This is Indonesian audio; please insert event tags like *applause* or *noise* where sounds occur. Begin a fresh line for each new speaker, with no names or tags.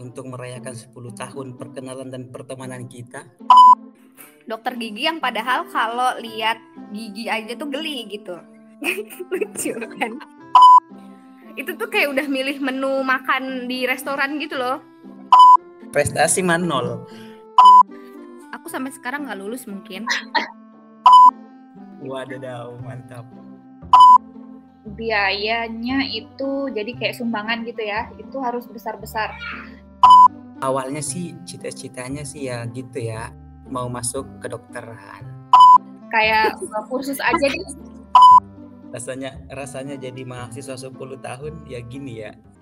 untuk merayakan 10 tahun perkenalan dan pertemanan kita.
Dokter gigi yang padahal kalau lihat gigi aja tuh geli gitu. *laughs* Lucu kan? Itu tuh kayak udah milih menu makan di restoran gitu loh.
Prestasi man nol.
Aku sampai sekarang nggak lulus mungkin.
Wadadaw, mantap.
biayanya itu jadi kayak sumbangan gitu ya itu harus besar besar
Awalnya sih cita-citanya sih ya gitu ya, mau masuk kedokteran.
kayak uh, kursus aja deh
Rasanya rasanya jadi mahasiswa 10 tahun ya gini ya.